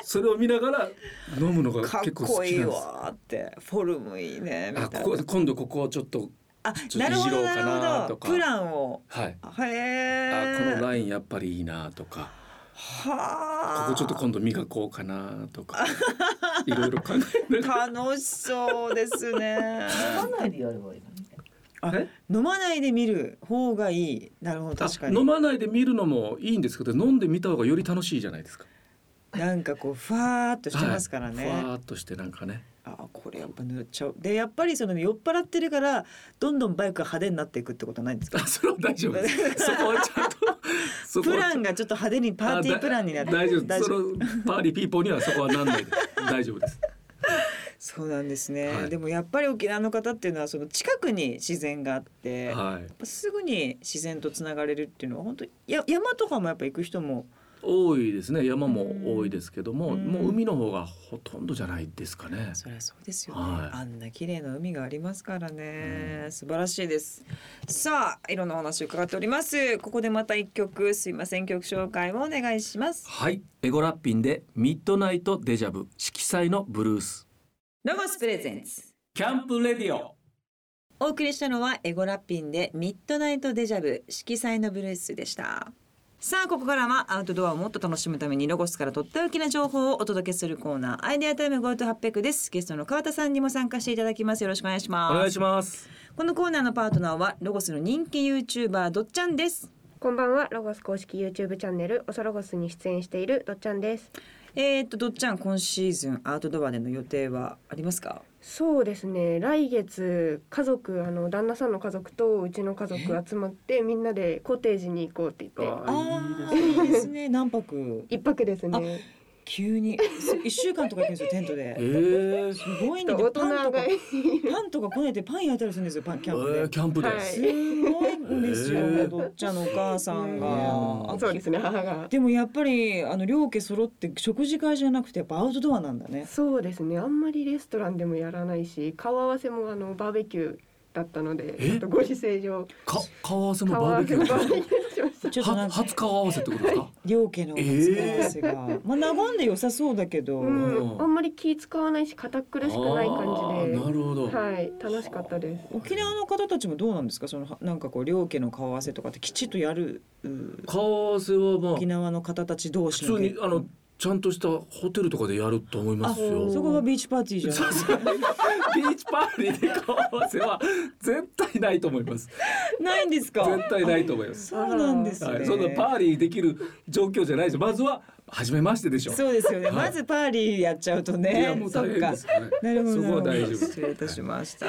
Speaker 2: それを見ながら飲むのが
Speaker 1: かっ
Speaker 2: 結構
Speaker 1: こ
Speaker 2: 好
Speaker 1: い
Speaker 2: き
Speaker 1: い
Speaker 2: なんです
Speaker 1: わーってフォルムいいねみ
Speaker 2: あ
Speaker 1: たい
Speaker 2: こ
Speaker 1: な
Speaker 2: こ今度ここをちょっと
Speaker 1: あ
Speaker 2: ちょ
Speaker 1: な
Speaker 2: っと
Speaker 1: る
Speaker 2: い
Speaker 1: ほ
Speaker 2: じろ
Speaker 1: ど
Speaker 2: うか
Speaker 1: な
Speaker 2: な
Speaker 1: るほど
Speaker 2: とか
Speaker 1: プランを
Speaker 2: はい
Speaker 1: へ
Speaker 2: あ
Speaker 1: え
Speaker 2: このラインやっぱりいいなとかこ
Speaker 1: はあ
Speaker 2: こちょっと今度磨こうかなと かいろいろ考えながら
Speaker 1: 楽しそうですね。
Speaker 3: 飲まないでやればいいのに。
Speaker 1: あ
Speaker 2: え
Speaker 1: 飲まないで見る方がいい。なるほど
Speaker 2: あ
Speaker 1: 確かに
Speaker 2: 飲。まないで見るのもいいんですけど飲んでみた方がより楽しいじゃないですか。
Speaker 1: なんかこうふわーっとしてますからね。
Speaker 2: はいふわーっとしてなんかね。
Speaker 1: あこれやっぱ塗っちゃう。でやっぱりその酔っ払ってるからどんどんバイクが派手になっていくってことはないんですか。
Speaker 2: あそれは大丈夫 です。そこはちゃんとそこ
Speaker 1: プ
Speaker 2: は
Speaker 1: ランがちょっと派手にパーティープランになって
Speaker 2: あだ大丈夫です。そのパーティーピーポーにはそこはなん ないで大丈夫です。
Speaker 1: そうなんですね、
Speaker 2: はい
Speaker 1: でもやっぱり沖縄の方っていうのはその近くに自然があって、やっ
Speaker 2: はい。
Speaker 1: ぱすぐに自然とつながれるっていうのは本当や山とかもやっぱ行く人も
Speaker 2: 多いですね山も多いですけども、
Speaker 1: うん
Speaker 2: もう海の方がほとんどじゃないですかね。
Speaker 1: そりゃそうですよね、
Speaker 2: はい
Speaker 1: あんな綺麗な海がありますからね、素晴らしいですさあいろんなお話を伺っておりますここでまた一曲すいません曲紹介をお願いします
Speaker 2: はい、エゴラッピンでミッドナイトデジャブ色彩のブルース
Speaker 1: ロゴスプレゼンツ
Speaker 2: キャンプレディオ
Speaker 1: お送りしたのはエゴラッピンでミッドナイトデジャブ色彩のブルースでしたさあここからはアウトドアをもっと楽しむためにロゴスからとっておきな情報をお届けするコーナーアイデアタイム GoTo800 ですゲストの川田さんにも参加していただきますよろしくお願いし
Speaker 2: お
Speaker 1: ます
Speaker 2: 願いします。
Speaker 1: このコーナーのパートナーはロゴスの人気 YouTuber どっちゃんです
Speaker 4: こんばんはロゴス公式 YouTube チャンネルおそロゴスに出演しているどっちゃんです
Speaker 1: えー、っとどっちゃん今シーズンアウトドアでの予定はありますか
Speaker 4: そうですね来月家族あの旦那さんの家族とうちの家族集まってみんなでコテージに行こうって言って
Speaker 1: あーいいですね何泊
Speaker 4: 一泊ですね
Speaker 1: 急にそう一週間とか行くんですよテント
Speaker 2: え
Speaker 1: で
Speaker 2: ー、
Speaker 1: すごい
Speaker 4: ち
Speaker 1: ね
Speaker 4: ょっ
Speaker 1: で
Speaker 4: と
Speaker 1: パンとか
Speaker 4: 大人がい
Speaker 1: パンとかこねてパン焼いたりするんですよパンキ
Speaker 2: え
Speaker 1: ャンプで。
Speaker 2: ーキャンプで、
Speaker 4: はい
Speaker 1: すごいんですよ、
Speaker 2: えー
Speaker 1: どっちゃんのお母さんが。
Speaker 2: うん
Speaker 4: そうですね母が
Speaker 1: でもやっぱりあの両家揃って食事会じゃなくてやっぱアウトドアなんだね。
Speaker 4: そうですねあんまりレストランでもやらないし顔合わせもあのバーベキューだったので
Speaker 2: え
Speaker 4: ちょっとご時世上
Speaker 2: か顔合わせの
Speaker 4: 顔合
Speaker 2: バー
Speaker 4: わ
Speaker 2: ベキ
Speaker 4: せ
Speaker 2: ュ
Speaker 4: の
Speaker 2: ー
Speaker 4: バーベキューしました
Speaker 1: ちょっとなん
Speaker 2: は
Speaker 1: か
Speaker 2: 初顔合わせってことですか？
Speaker 1: 両家のお母さんが、まあ和んで良さそうだけど、
Speaker 4: う
Speaker 2: うん
Speaker 4: ん、あんまり気使わないし堅苦しくない
Speaker 2: あ
Speaker 4: 感じ
Speaker 2: ー
Speaker 4: で
Speaker 2: なるほど。
Speaker 4: はい、楽しかったです。
Speaker 1: 沖縄の方たちもどうなんですかそのなんかこう両家の顔合わせとかってきちっとやるう
Speaker 2: 顔合わせはまあ
Speaker 1: 沖縄の方たち同
Speaker 2: 普
Speaker 1: 士
Speaker 2: 通
Speaker 1: の
Speaker 2: にあのちゃんとしたホテルとかでやると思いますよ。
Speaker 1: そこがビーチパーティーじゃないですか
Speaker 2: ビーチパーティーで顔合わせは絶対ないと思います。
Speaker 1: ないんですか
Speaker 2: 絶対ないと思います。
Speaker 1: そうなんですね、
Speaker 2: はい、そんなパーティーできる状況じゃないです。まずは初めましてでしょ。
Speaker 1: そうですよね。
Speaker 2: はい
Speaker 1: まずパーリーやっちゃうと
Speaker 2: いや
Speaker 1: ね
Speaker 2: も。う
Speaker 1: そ
Speaker 2: 大
Speaker 1: っ
Speaker 2: 変
Speaker 1: か
Speaker 2: で。す。はい
Speaker 1: なるほど。
Speaker 2: そこは
Speaker 1: なるほ
Speaker 2: 大
Speaker 1: ど
Speaker 2: 丈夫です
Speaker 1: 失礼いたしました。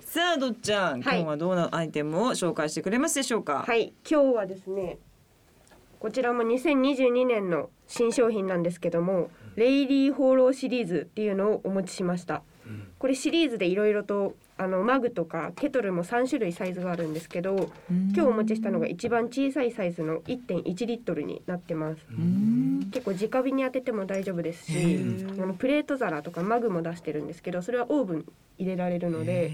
Speaker 1: さあ、どっちゃん、
Speaker 4: はい
Speaker 1: 今日はどんなアイテムを紹介してくれますでしょうか。
Speaker 4: はい、今日はですね。こちらも2022年の新商品なんですけども、レイリーホーローシリーズっていうのをお持ちしました。これシリーズでいろいろとあのマグとかケトルも3種類サイズがあるんですけど、
Speaker 1: 今
Speaker 4: 今日お持ちしたのが一番小さいサイズの1.1リットルになってます。結構直火に当てても大丈夫です
Speaker 1: へ
Speaker 4: し、あ
Speaker 1: ー
Speaker 4: のプレート皿とかマグも出してるんですけど、それはオーブン入れられるので、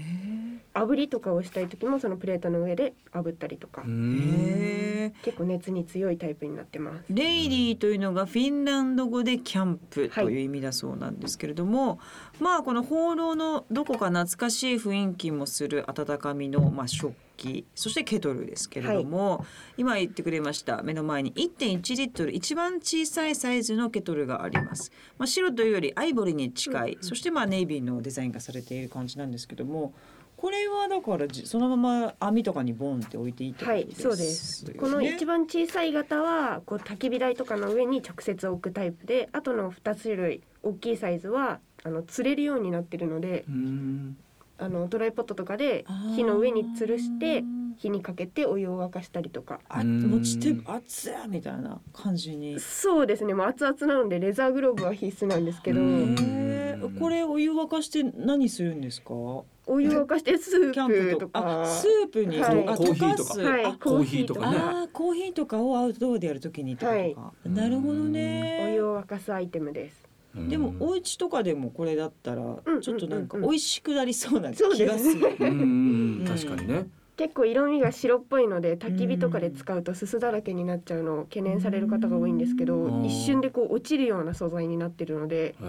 Speaker 4: 炙りとかをしたい時もそのプレートの上で炙ったりとか
Speaker 2: う。ん
Speaker 1: へー
Speaker 4: 結構熱に強いタイプになってます。
Speaker 1: レイリーというのがフィンランド語でキャンプと
Speaker 4: はい
Speaker 1: いう意味だそうなんですけれども、まあこの放浪のどこか懐かしい雰囲気もする温かみのまあ食器そしてケトルですけれども、今言ってくれました目の前に1.1リットル一番小さいサイズのケトルがあります、まあ、白というよりアイボリーに近い、そしてまあネイビーのデザインがされている感じなんですけどもこれはだからじそのまま網とかにボンって置いていいってこと
Speaker 4: は
Speaker 1: で
Speaker 4: い
Speaker 1: す、
Speaker 4: そうです。
Speaker 1: よね
Speaker 4: この一番小さい型はこう焚き火台とかの上に直接置くタイプで、あとの二種類大きいサイズはあの釣れるようになってるので、
Speaker 2: うん
Speaker 4: あのトライポットとかで火の上に吊るして火にかけてお湯を沸かしたりとか。
Speaker 1: あ
Speaker 2: うん
Speaker 1: 持ち手熱いみたいな感じに。
Speaker 4: そうですね。もう熱々なのでレザーグローブは必須なんですけど、
Speaker 2: うん
Speaker 1: へーこれお湯沸かして何するんですか？
Speaker 4: お湯を沸かしてスー
Speaker 1: キャンプ
Speaker 4: プ
Speaker 1: と
Speaker 4: と
Speaker 1: か
Speaker 4: か、
Speaker 1: スープに、
Speaker 4: はい
Speaker 1: あ
Speaker 2: コーヒーと
Speaker 1: 溶
Speaker 2: か
Speaker 1: す
Speaker 4: はい
Speaker 1: あ
Speaker 2: コーヒーとかね
Speaker 1: あーコーヒーとかをアウトドアでやるときにってことか、
Speaker 2: い
Speaker 1: なるほど
Speaker 4: お湯
Speaker 1: ね。
Speaker 4: を沸かすアイテムです。
Speaker 1: でもお家とかでもこれだったら
Speaker 4: うん
Speaker 1: ちょっとなんか
Speaker 4: うん
Speaker 1: 美
Speaker 4: うん
Speaker 1: 味しくなりそうな気
Speaker 4: そうで
Speaker 1: が
Speaker 4: す
Speaker 1: する。
Speaker 2: うんうんうん確かにね。
Speaker 4: 結構色味が白っぽいので焚き火とかで使うとすすだらけになっちゃうのを懸念される方が多いんですけ
Speaker 2: うん
Speaker 4: ど一瞬でこう落ちるような素材になってるので
Speaker 2: へえ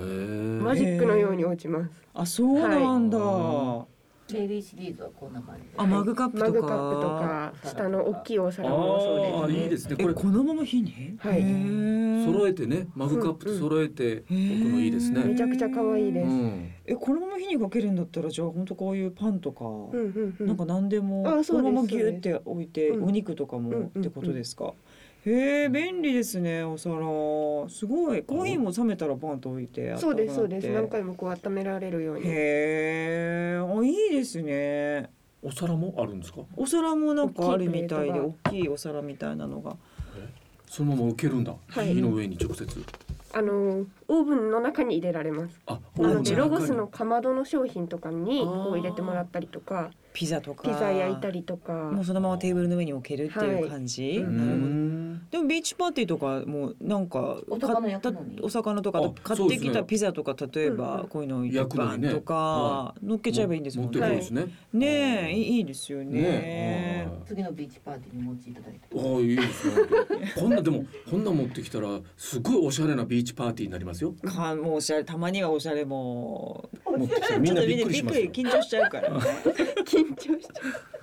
Speaker 4: マジックのように落ちます
Speaker 1: あそうなんだ。
Speaker 2: は
Speaker 3: レイリーシリーズはこんな感じで
Speaker 1: あマグカップとか。
Speaker 4: マグカップとか下の大きいお皿も
Speaker 2: あ
Speaker 4: そう
Speaker 2: あ
Speaker 4: です
Speaker 2: いい
Speaker 4: ね
Speaker 2: ですね。
Speaker 1: え
Speaker 2: これ
Speaker 1: このまま火に？
Speaker 4: はい
Speaker 1: へー
Speaker 2: 揃えてねマグカップと揃えて
Speaker 1: う
Speaker 2: お
Speaker 1: ん
Speaker 2: くのいいです
Speaker 4: め
Speaker 2: ね。
Speaker 4: ちゃくちゃ可愛いで
Speaker 2: う
Speaker 4: す
Speaker 2: ん。
Speaker 1: えこのまま火にかけるんだったらじゃあ本当こういうパンとか、
Speaker 4: うんうんうん
Speaker 1: なんか何でも
Speaker 4: あ
Speaker 1: こ
Speaker 4: そ
Speaker 1: の
Speaker 4: うです
Speaker 1: ままギューって置いて
Speaker 4: うん
Speaker 1: お肉とか
Speaker 4: うん
Speaker 1: も
Speaker 4: うんうん
Speaker 1: ってことですか。へえ便利ですねお皿すごいコーヒーも冷めたらパンと置いて
Speaker 4: そうですそうです
Speaker 1: な
Speaker 4: 何回もこう温められるように
Speaker 1: へえあいいですね
Speaker 2: お皿もあるんですか。
Speaker 1: お皿もなんかあるみたいで
Speaker 4: 大
Speaker 1: 大きいお皿みたいなのが
Speaker 2: そのまま置けるんだ。
Speaker 4: はい
Speaker 2: 火の上に直接。
Speaker 4: あのーオーブンの中に入れられます
Speaker 2: あ
Speaker 4: なので
Speaker 2: オーブン
Speaker 4: ロ
Speaker 2: の
Speaker 4: ゴ
Speaker 2: 中に
Speaker 4: スのかまどの商品とかに
Speaker 2: あー
Speaker 4: こう入れてもらったりとか
Speaker 1: ピザとか
Speaker 4: ピザ焼いたりと
Speaker 1: も
Speaker 4: か
Speaker 1: うそのままテーブルの上に置けるっていう感じ、
Speaker 4: はい
Speaker 1: なるほど
Speaker 2: うん
Speaker 1: でもビーチパーティーとかもなんか
Speaker 3: お魚
Speaker 1: 買った
Speaker 3: 焼くのに
Speaker 1: お魚とか
Speaker 2: あ
Speaker 1: 買
Speaker 2: そ
Speaker 1: っ
Speaker 2: うで
Speaker 1: て
Speaker 2: すね
Speaker 1: きたピザとか例えば
Speaker 4: うん
Speaker 1: こういうのを
Speaker 2: 焼くのにね
Speaker 1: とか
Speaker 2: は
Speaker 1: 乗っけちゃえばいいんですもん
Speaker 2: 持ってくるん
Speaker 1: ね
Speaker 2: です。ね。
Speaker 1: ねえいいいいですよね。
Speaker 3: 次のビーチパーティーにお持ちいただいて
Speaker 2: ああいいですね。こんなでもこんな持ってきたらすごいおしゃれなビーチパーティーになりますよ。
Speaker 1: かもうおしゃれたまにはおしゃれも
Speaker 2: 持ってきたら
Speaker 1: ち
Speaker 2: み
Speaker 1: ょ
Speaker 2: ん
Speaker 1: っ
Speaker 2: な
Speaker 1: とみん
Speaker 2: びっ
Speaker 1: なび
Speaker 2: くり
Speaker 1: っ
Speaker 2: しま
Speaker 1: く
Speaker 2: す
Speaker 1: り
Speaker 2: よ。
Speaker 1: 緊張しちゃうからね。
Speaker 4: 緊張しちゃう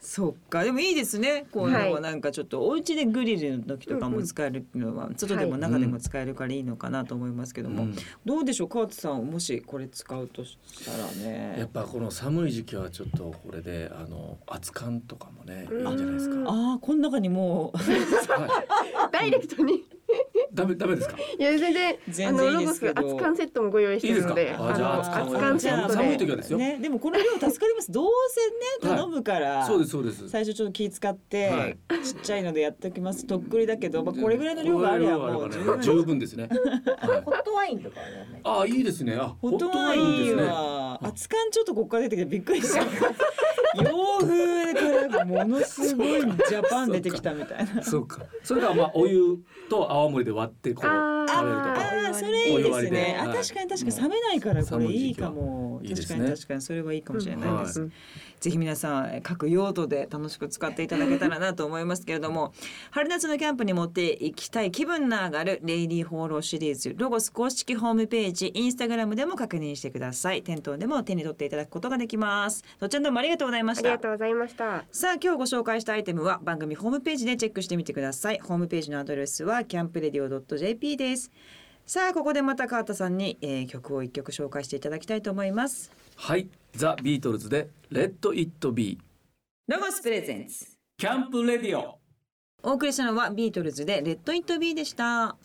Speaker 1: そっかでもいいですねこういうの
Speaker 4: は
Speaker 1: はいなんかちょっとお家でグリルの時とかも使えるっていうのは外でも中でも使えるからいいのかなと思いますけども、
Speaker 2: うん
Speaker 1: どうでしょう川津さんもしこれ使うとしたら
Speaker 2: や
Speaker 1: ね
Speaker 2: っぱこの寒い時期はちょっとこれであの熱燗とかもねいいんじゃないです
Speaker 4: う
Speaker 2: か。
Speaker 1: ああこの中にもう
Speaker 2: はい。
Speaker 4: ダイレクトに
Speaker 2: ダメダメですか。
Speaker 4: いや全然
Speaker 1: 全
Speaker 4: あ
Speaker 1: 然
Speaker 4: の
Speaker 1: いい
Speaker 4: ロ
Speaker 1: で
Speaker 4: ゴ
Speaker 1: すけ
Speaker 4: ス
Speaker 1: ど
Speaker 4: 熱燗セットもご用意してるので
Speaker 2: いいですかあじゃあ熱燗
Speaker 4: の熱�燗セット
Speaker 2: 寒い時
Speaker 4: で
Speaker 2: はですよ
Speaker 1: ね、でもこの量助かります。どうせね
Speaker 2: はい
Speaker 1: 頼むから、
Speaker 2: そうですそうです。
Speaker 1: 最初ちょっと気使って、
Speaker 2: はい
Speaker 1: ちっちゃいのでやっておきます。とっくりだけど、まあこれぐらいの量があればもう十分。
Speaker 2: 十分ですね。はい
Speaker 3: ホットワインとかはやらない
Speaker 2: ああいいですね。あ
Speaker 1: ホットワイン
Speaker 2: ね。
Speaker 1: は熱燗ちょっとここから出てきてびっくり した。洋風からものすごいジャパン出てきたみたいな。
Speaker 2: そうか。それがまあお湯と泡盛で割ってこう
Speaker 4: あー
Speaker 2: 食べると
Speaker 1: あ
Speaker 2: か。
Speaker 1: あそれいいで
Speaker 2: お
Speaker 1: す
Speaker 2: 湯割りで
Speaker 1: ね。あ
Speaker 2: はい
Speaker 1: 確かに確かに冷めないからこれ
Speaker 2: 寒い
Speaker 1: いい
Speaker 2: 時期は
Speaker 1: かも。
Speaker 2: いいで
Speaker 1: 確
Speaker 2: す
Speaker 1: か
Speaker 2: ね
Speaker 1: に確かにそれはいいかもしれないです。
Speaker 4: うん
Speaker 1: ぜひ皆さんえー各用途で楽しく使っていただけたらなと思いますけれども春夏のキャンプに持っていきたい気分の上がるレイリー放浪シリーズロゴス公式ホームページインスタグラムでも確認してください店頭でも手に取っていただくことができますどちらでもありがとうございま
Speaker 4: あ
Speaker 1: し
Speaker 4: りが
Speaker 1: た
Speaker 4: とうございました
Speaker 1: さあ今日ご紹介したアイテムは番組ホームページでチェックしてみてくださいホームページのアドレスはキャンプレディオ .jp ですさあここでまた川田さんに、えー曲を一曲紹介していただきたいと思います
Speaker 2: はい。ザビートルズでレッドイットビー。
Speaker 1: ロゴスプレゼンツ
Speaker 2: キャンプレディオ。
Speaker 1: お送りしたのはビートルズでレッドイットビーでした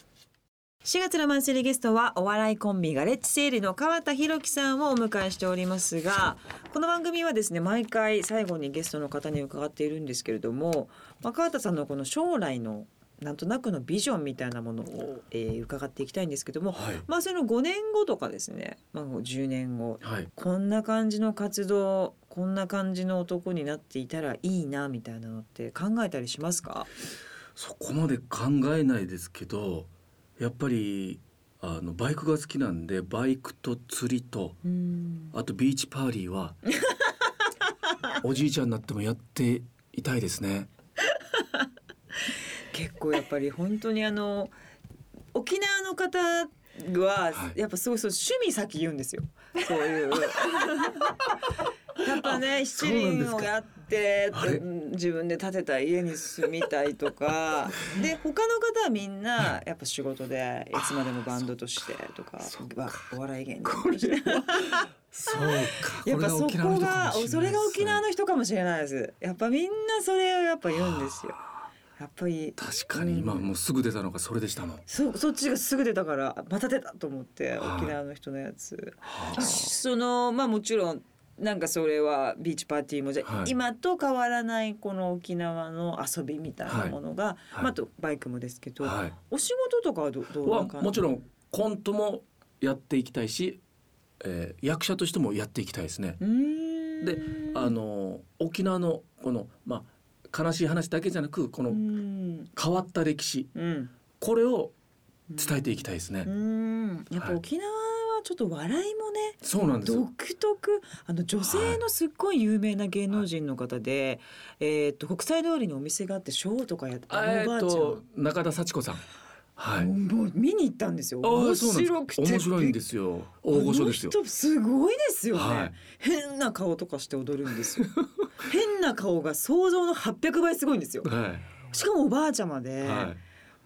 Speaker 1: 4月のマンスリーゲストはお笑いコンビガレッジセールの川田裕樹さんをお迎えしておりますがこの番組はですね毎回最後にゲストの方に伺っているんですけれども、まあ、川田さんのこの将来のなんとなくのビジョンみたいなものを、えー伺っていきたいんですけども、
Speaker 2: はい。
Speaker 1: まあ、その5年後とかですね、まあ、10年後
Speaker 2: はい。
Speaker 1: こんな感じの活動こんな感じの男になっていたらいいなみたいなのって考えたりしますか
Speaker 2: そこまで考えないですけど、やっぱりあのバイクが好きなんでバイクと釣りと
Speaker 1: うん
Speaker 2: あとビーチパーリー はおじいちゃんになってもやっていたいですね。
Speaker 1: 結構やっぱり本当にあの沖縄の方は
Speaker 2: はい
Speaker 1: やっぱすごいそう趣味先言うんですよそういう やっぱね
Speaker 2: そ
Speaker 1: 七
Speaker 2: うなんで
Speaker 1: 輪
Speaker 2: すか
Speaker 1: をやって
Speaker 2: あれ
Speaker 1: うん自分で建てた家に住みたいとかで他の方はみんなやっぱ仕事でいつまでもバンドとしてとかわお笑い芸人として
Speaker 2: そう か。
Speaker 1: やっぱそこが
Speaker 2: こ
Speaker 1: それが沖縄
Speaker 2: の
Speaker 1: の人かもしれないですやっぱみんなそれをやっぱ言うんですよやっぱり
Speaker 2: 確かに今もうすぐ出たのがそれでしたもん。
Speaker 1: そそっちがすぐ出たからまた出たと思って
Speaker 2: はい
Speaker 1: 沖縄の人のやつ、
Speaker 2: は
Speaker 1: そのまあもちろんなんかそれはビーチパーティーもじゃ、
Speaker 2: はい
Speaker 1: 今と変わらないこの沖縄の遊びみたいなものが、
Speaker 2: はい
Speaker 1: まあ、あとバイクもですけど、
Speaker 2: あはい。
Speaker 1: お仕事とかはどどうな
Speaker 2: は
Speaker 1: んか
Speaker 2: もちろんコントもやっていきたいし、えー役者としてもやっていきたいですね。
Speaker 1: うーん
Speaker 2: であの沖縄のこのまあ悲しい話だけじゃなくこ
Speaker 1: う
Speaker 2: の
Speaker 1: ん
Speaker 2: 変わった歴史
Speaker 1: うん
Speaker 2: これを伝えていきたいですね。
Speaker 1: うんやっぱ
Speaker 2: はい
Speaker 1: 沖縄はちょっと笑いもね、
Speaker 2: そうなんですよ。
Speaker 1: 独特あの女性のすっごい有名な芸能人の方で、えーっと国際通りにお店があってショーとかやってあの
Speaker 2: え
Speaker 1: おば
Speaker 2: っ
Speaker 1: あち
Speaker 2: と中田幸子さん。は
Speaker 1: ゃん、
Speaker 2: い。
Speaker 1: もう見に行ったんですよ
Speaker 2: あー
Speaker 1: 面
Speaker 2: そうな
Speaker 1: 白
Speaker 2: んで
Speaker 1: く
Speaker 2: す
Speaker 1: て
Speaker 2: 面白いんですよ。大御所ですよ
Speaker 1: あ。の人すごいですよね、
Speaker 2: はい
Speaker 1: 変な顔とかして踊るんですよ 変な顔が想像の800倍すごいん ですよ
Speaker 2: は
Speaker 1: しかもおばあちゃま
Speaker 2: い。
Speaker 1: で、
Speaker 2: はい。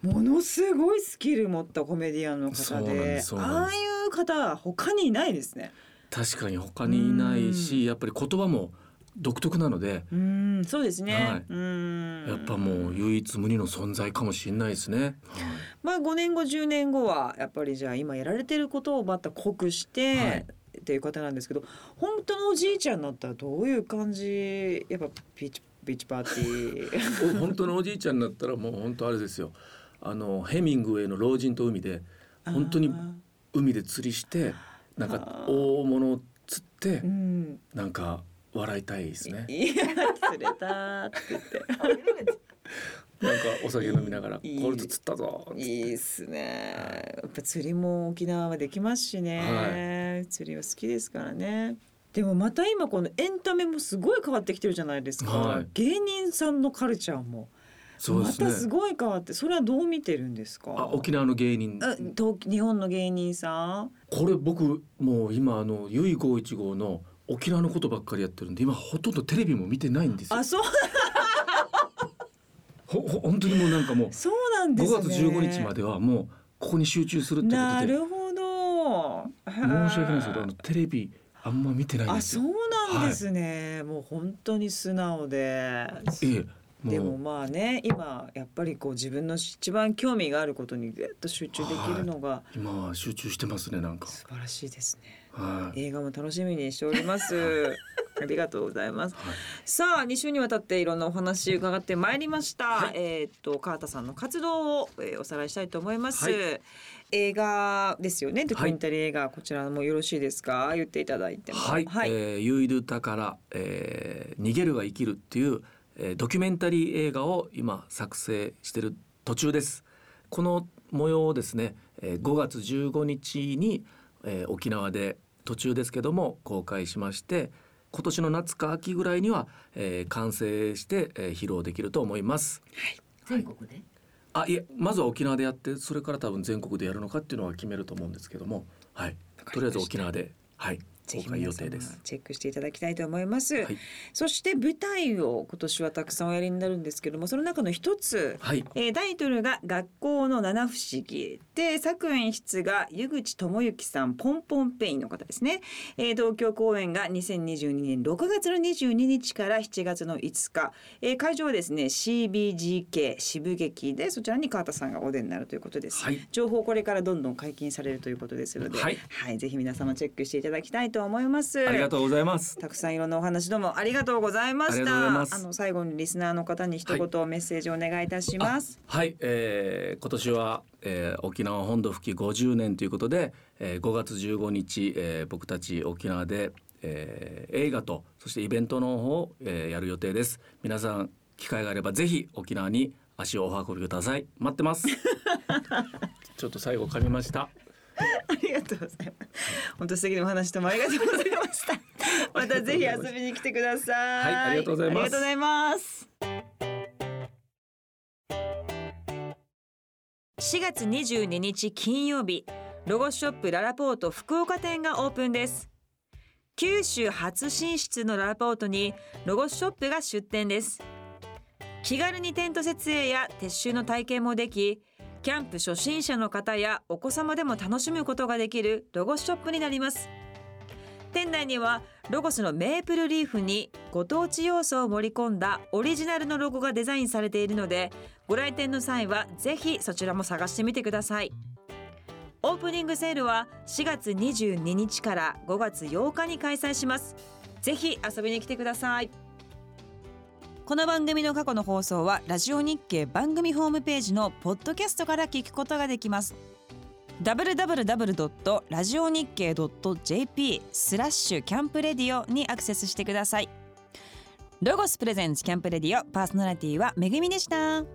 Speaker 1: ものすごいスキル持ったコメディアンの
Speaker 2: そう
Speaker 1: 方
Speaker 2: なん
Speaker 1: で
Speaker 2: ですそうなん
Speaker 1: あ
Speaker 2: で
Speaker 1: あいう方は他にいないですね
Speaker 2: 確かに他にいない
Speaker 1: うん
Speaker 2: し、やっぱり言葉も独特なので、
Speaker 1: うんそうですね、
Speaker 2: はい
Speaker 1: うん
Speaker 2: やっぱもう唯一無二の存在かもしれないですね。
Speaker 1: まあ5年後10年後はやっぱりじゃあ今やられてることをまた濃くして、
Speaker 2: はい
Speaker 1: っていう方なんですけど本当のおじいちゃんになったらどういう感じやっぱビーチビーチパーティー
Speaker 2: お本当のおじいちゃんになったらもう本当あれですよ。あのヘミングウェイの老人と海で。 本当に
Speaker 1: あ
Speaker 2: 海で釣りしてなんか
Speaker 1: あー
Speaker 2: 大物を釣って
Speaker 1: ーうん
Speaker 2: なんか笑いたいですね
Speaker 1: いや釣れたーって言って
Speaker 2: なんかお酒飲みながら「
Speaker 1: いい
Speaker 2: これと釣ったぞ」
Speaker 1: いいっすね。やっぱ釣りも沖縄はできますしね、釣りは好きですからね。でもまた今このエンタメもすごい変わってきてるじゃないですか。
Speaker 2: はい
Speaker 1: 芸人さんのカルチャーも
Speaker 2: そうで
Speaker 1: また
Speaker 2: す
Speaker 1: す
Speaker 2: ね
Speaker 1: ごい変わって、それはどう見てるんですか。
Speaker 2: あ沖縄の芸人
Speaker 1: あ東日本の芸人さん。
Speaker 2: これ僕もう今あのゆい五一号の沖縄のことばっかりやってるんで今ほとんどテレビも見てないんですよ
Speaker 1: あ、そう
Speaker 2: ほほ本当にもうなんかもう
Speaker 1: そうなんですね。
Speaker 2: 5月15日まではもうここに集中するってこと
Speaker 1: な
Speaker 2: で
Speaker 1: るほど。
Speaker 2: 申し訳ないですけどあのテレビあんま見てないん
Speaker 1: あ、
Speaker 2: で
Speaker 1: そ
Speaker 2: す
Speaker 1: う
Speaker 2: よ。
Speaker 1: なんですね。もう本当に素直で。
Speaker 2: ええ
Speaker 1: でも
Speaker 2: もう
Speaker 1: まあね今やっぱりこう自分の一番興味があることにぐっと集中できるのが
Speaker 2: 今は集中してますねなんか。
Speaker 1: 素晴らしいですね、
Speaker 2: はい。
Speaker 1: 映画も楽しみにしております ありがとうございますさあ2週にわたっていろんなお話伺ってまいりました、えーっと川田さんの活動を、えーおさらいしたいと思います、
Speaker 2: はい
Speaker 1: 映画ですよねドキュメンタリー映画、こちらもよろしいですか言っていただいても
Speaker 2: はい、
Speaker 1: はい、
Speaker 2: えーユイルタから、えー逃げるが生きるっていう、えードキュメンタリー映画を今作成してる途中です。この模様をですね、えー5月15日に、えー沖縄で途中ですけども公開しまして、今年の夏か秋ぐらいには、えー完成して、えー披露できると思います。
Speaker 3: 全国で
Speaker 2: あいえまずは沖縄でやってそれから多分全国でやるのかっていうのは決めると思うんですけども、はい、とりあえず沖縄で、はい、
Speaker 1: ぜ
Speaker 2: 公
Speaker 1: ひ
Speaker 2: 開
Speaker 1: 皆
Speaker 2: 予
Speaker 1: 様
Speaker 2: 定です。
Speaker 1: チェックしていただきたいと思います、
Speaker 2: い
Speaker 1: そして舞台を今年はたくさんおやりになるんですけどもその中の一つ、
Speaker 2: はい、
Speaker 1: えータイトルが「学校の七不思議」で作演出が湯口智之さんポンポンペインの方ですね、えー東京公演が2022年6月の22日から7月の5日、えー会場はですね CBGK 渋劇でそちらに川田さんがお出になるということです、
Speaker 2: はい
Speaker 1: 情報これからどんどん解禁されるということですので、
Speaker 2: はい
Speaker 1: ぜひ皆様チェックしていただきたいと思います
Speaker 2: ありがとうございます。
Speaker 1: たくさんいろんなお話どうもありがとうございま
Speaker 2: あ
Speaker 1: し
Speaker 2: りがとうござい
Speaker 1: た。あ
Speaker 2: ます
Speaker 1: の最後にリスナーの方に一言メッセージをお願いいたします。
Speaker 2: はい、えー今年は、えー沖縄本土復帰50年ということで、えー5月15日、えー僕たち沖縄で、えー映画とそしてイベントの方を、えーやる予定です。皆さん機会があればぜひ沖縄に足をお運びください。待っ てます。ちょっと最後噛みました。
Speaker 1: ありがとうございます。本当素敵なお話 どうもありがとうございました。またぜひ遊びに来てください。
Speaker 2: はいありがとうございます
Speaker 1: ありがとうございます。4月22日金曜日、ロゴショップララポート福岡店がオープンです。九州初進出のララポートにロゴショップが出店です。気軽にテント設営や撤収の体験もでき、キャンプ初心者の方やお子様でも楽しむことができるロゴスショップになります。店内にはロゴスのメープルリーフにご当地要素を盛り込んだオリジナルのロゴがデザインされているのでご来店の際はぜひそちらも探してみてくださいオープニングセールは4月22日から5月8日に開催しますぜひ遊びに来てくださいこの番組の過去の放送はラジオ日経番組ホームページのポッドキャストから聞くことができます www.radionickei.jp スラッシュキャンプレディオにアクセスしてくださいロゴスプレゼンツキャンプレディオパーソナリティはめぐみでした